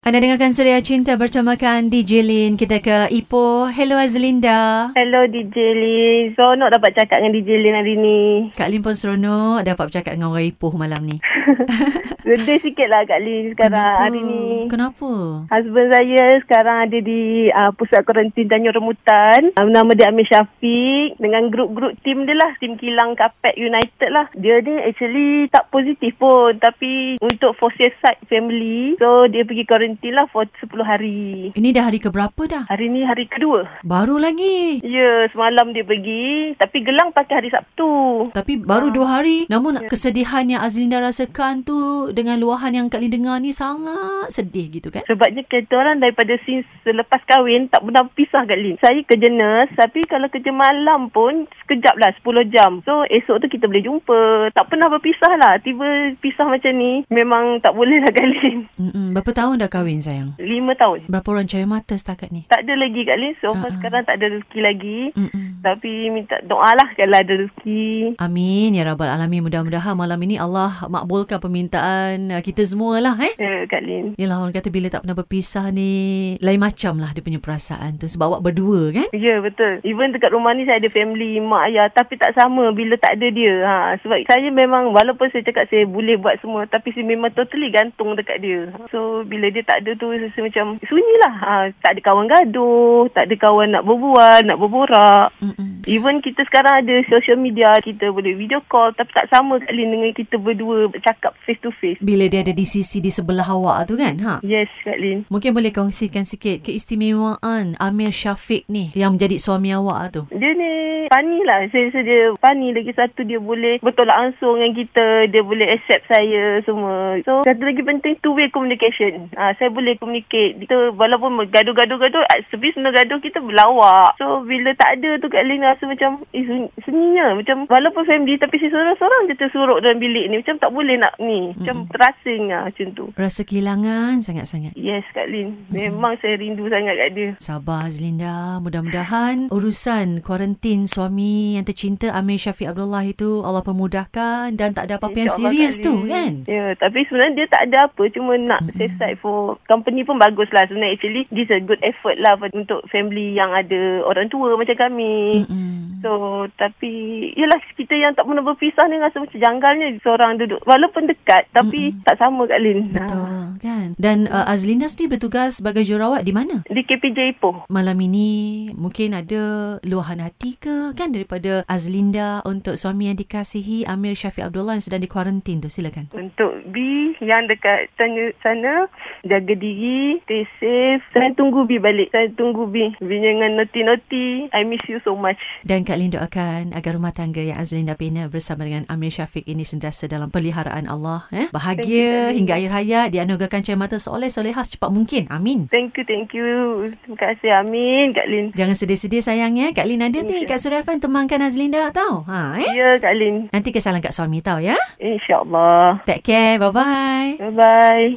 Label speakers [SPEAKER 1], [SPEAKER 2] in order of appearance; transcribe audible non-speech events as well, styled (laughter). [SPEAKER 1] Anda dengarkan Surya Cinta bertemakan DJ Lin. Kita ke Ipoh. Hello
[SPEAKER 2] (laughs)
[SPEAKER 1] Azlinda.
[SPEAKER 2] Hello DJ Lin. Seronok dapat cakap dengan DJ Lin hari ni.
[SPEAKER 1] Kak Lin pun seronok dapat bercakap dengan orang Ipoh malam ni.
[SPEAKER 2] Sedih sikit lah Kak Lin sekarang hari ni.
[SPEAKER 1] Kenapa?
[SPEAKER 2] Husband saya sekarang ada di uh, Pusat Karantin Tanjung Remutan. Uh, nama dia Amir Syafiq. Dengan grup-grup tim dia lah. Tim Kilang Kapet United lah. Dia ni actually tak positif pun. Tapi untuk foster side family. So dia pergi karantin lah for 10 hari.
[SPEAKER 1] Ini dah hari keberapa dah?
[SPEAKER 2] Hari ni hari kedua.
[SPEAKER 1] Baru lagi.
[SPEAKER 2] Ya, semalam dia pergi. Tapi gelang pakai hari Sabtu.
[SPEAKER 1] Tapi baru dua hari. Namun
[SPEAKER 2] Ya.
[SPEAKER 1] kesedihan yang Azlinda rasakan tu dengan luahan yang Kak Lin dengar ni sangat sedih gitu kan?
[SPEAKER 2] Sebabnya kita orang daripada since selepas kahwin tak pernah pisah Kak Lin. Saya kerja nurse tapi kalau kerja malam pun sekejap lah 10 jam. So esok tu kita boleh jumpa. Tak pernah berpisah lah. Tiba pisah macam ni memang tak boleh lah Kak Lin. (laughs)
[SPEAKER 1] Mm-mm. Berapa tahun dah kahwin sayang?
[SPEAKER 2] 5 tahun.
[SPEAKER 1] Berapa orang cahaya mata setakat ni?
[SPEAKER 2] Tak ada lagi Kak Lin. So
[SPEAKER 1] Ha-ha.
[SPEAKER 2] uh-huh. sekarang tak ada rezeki lagi.
[SPEAKER 1] Mm-mm.
[SPEAKER 2] Tapi minta doa lah kalau ada rezeki.
[SPEAKER 1] Amin ya rabbal alamin. Mudah-mudahan malam ini Allah makbulkan permintaan uh, kita semua lah eh.
[SPEAKER 2] Ya Kak Lin.
[SPEAKER 1] Yelah orang kata bila tak pernah berpisah ni Lain macam lah dia punya perasaan tu Sebab awak berdua kan
[SPEAKER 2] Ya betul Even dekat rumah ni Saya ada family Mak ayah Tapi tak sama Bila tak ada dia ha, Sebab saya memang Walaupun saya cakap Saya boleh buat semua Tapi saya memang totally Gantung dekat dia So bila dia tak ada tu Saya, saya macam Sunyi lah ha, Tak ada kawan gaduh Tak ada kawan nak berbual Nak berborak
[SPEAKER 1] Mm-mm.
[SPEAKER 2] Even kita sekarang ada Social media Kita boleh video call Tapi tak sama Kak Lin Dengan kita berdua Bercakap face to face
[SPEAKER 1] (laughs) (laughs) Bila dia ada di sisi di sebelah awak tu kan ha?
[SPEAKER 2] Yes Kak Lin
[SPEAKER 1] Mungkin boleh kongsikan sikit keistimewaan Amir Syafiq ni Yang menjadi suami awak tu
[SPEAKER 2] Dia ni funny lah. Saya rasa dia funny. Lagi satu dia boleh bertolak langsung dengan kita. Dia boleh accept saya semua. So, satu lagi penting two-way communication. Ha, saya boleh communicate. Kita walaupun gaduh-gaduh-gaduh, sebisa no gaduh kita berlawak. So, bila tak ada tu Kak Lin rasa macam eh, sun- sunyinya. Macam walaupun family tapi si seorang-seorang je tersuruk dalam bilik ni. Macam tak boleh nak ni. Macam terasing lah macam tu.
[SPEAKER 1] Rasa kehilangan sangat-sangat
[SPEAKER 2] Yes Kak Lin. Memang saya rindu sangat kat dia.
[SPEAKER 1] Sabar Azlinda Mudah-mudahan urusan kuarantin suami yang tercinta Amir Syafiq Abdullah itu Allah permudahkan Dan tak ada apa-apa yang
[SPEAKER 2] InsyaAllah,
[SPEAKER 1] serius
[SPEAKER 2] Kak
[SPEAKER 1] tu
[SPEAKER 2] Lin.
[SPEAKER 1] kan Hmm.
[SPEAKER 2] Ya, tapi sebenarnya dia tak ada apa. Cuma nak mm-hmm. save side for company pun bagus lah. Sebenarnya actually this a good effort lah for, untuk family yang ada orang tua macam kami. Mm-hmm.
[SPEAKER 1] Mm-mm.
[SPEAKER 2] So, tapi yelah kita yang tak pernah berpisah ni rasa macam janggalnya seorang duduk. Walaupun dekat tapi mm-hmm. tak sama Kak Lin. Ha.
[SPEAKER 1] Hmm. Betul kan Dan uh, Azlinda sendiri bertugas sebagai jurawat di mana?
[SPEAKER 2] Di KPJ Ipoh.
[SPEAKER 1] malam ini mungkin ada luahan hati ke kan daripada Azlinda untuk suami yang dikasihi Amir Syafiq Abdullah yang sedang dikuarantin tu
[SPEAKER 2] (laughs)
[SPEAKER 1] silakan.
[SPEAKER 2] Untuk B yang dekat sana, sana jaga diri, stay safe. Saya tunggu B balik. Saya tunggu B. B jangan noti-noti. I miss you so much.
[SPEAKER 1] Dan Kak Lin doakan agar rumah tangga yang Azlinda bina bersama dengan Amir Syafiq ini sentiasa dalam peliharaan Allah. Eh? Bahagia
[SPEAKER 2] Thank you, Kak Lin.
[SPEAKER 1] hingga akhir hayat, dianugerahkan cahaya mata soleh-solehah secepat mungkin. Amin.
[SPEAKER 2] (laughs) Thank you, thank you. Terima kasih. Amin, Kak Lin.
[SPEAKER 1] Jangan sedih-sedih sayang ya. Kak Lin ada ni. Kak Surya Fan temankan Azlinda tau. Ha,
[SPEAKER 2] (laughs)
[SPEAKER 1] eh?
[SPEAKER 2] Ya, Kak Lin.
[SPEAKER 1] Nanti kesalahan Kak suami tau ya.
[SPEAKER 2] InsyaAllah.
[SPEAKER 1] Take care. Bye-bye.
[SPEAKER 2] Bye-bye.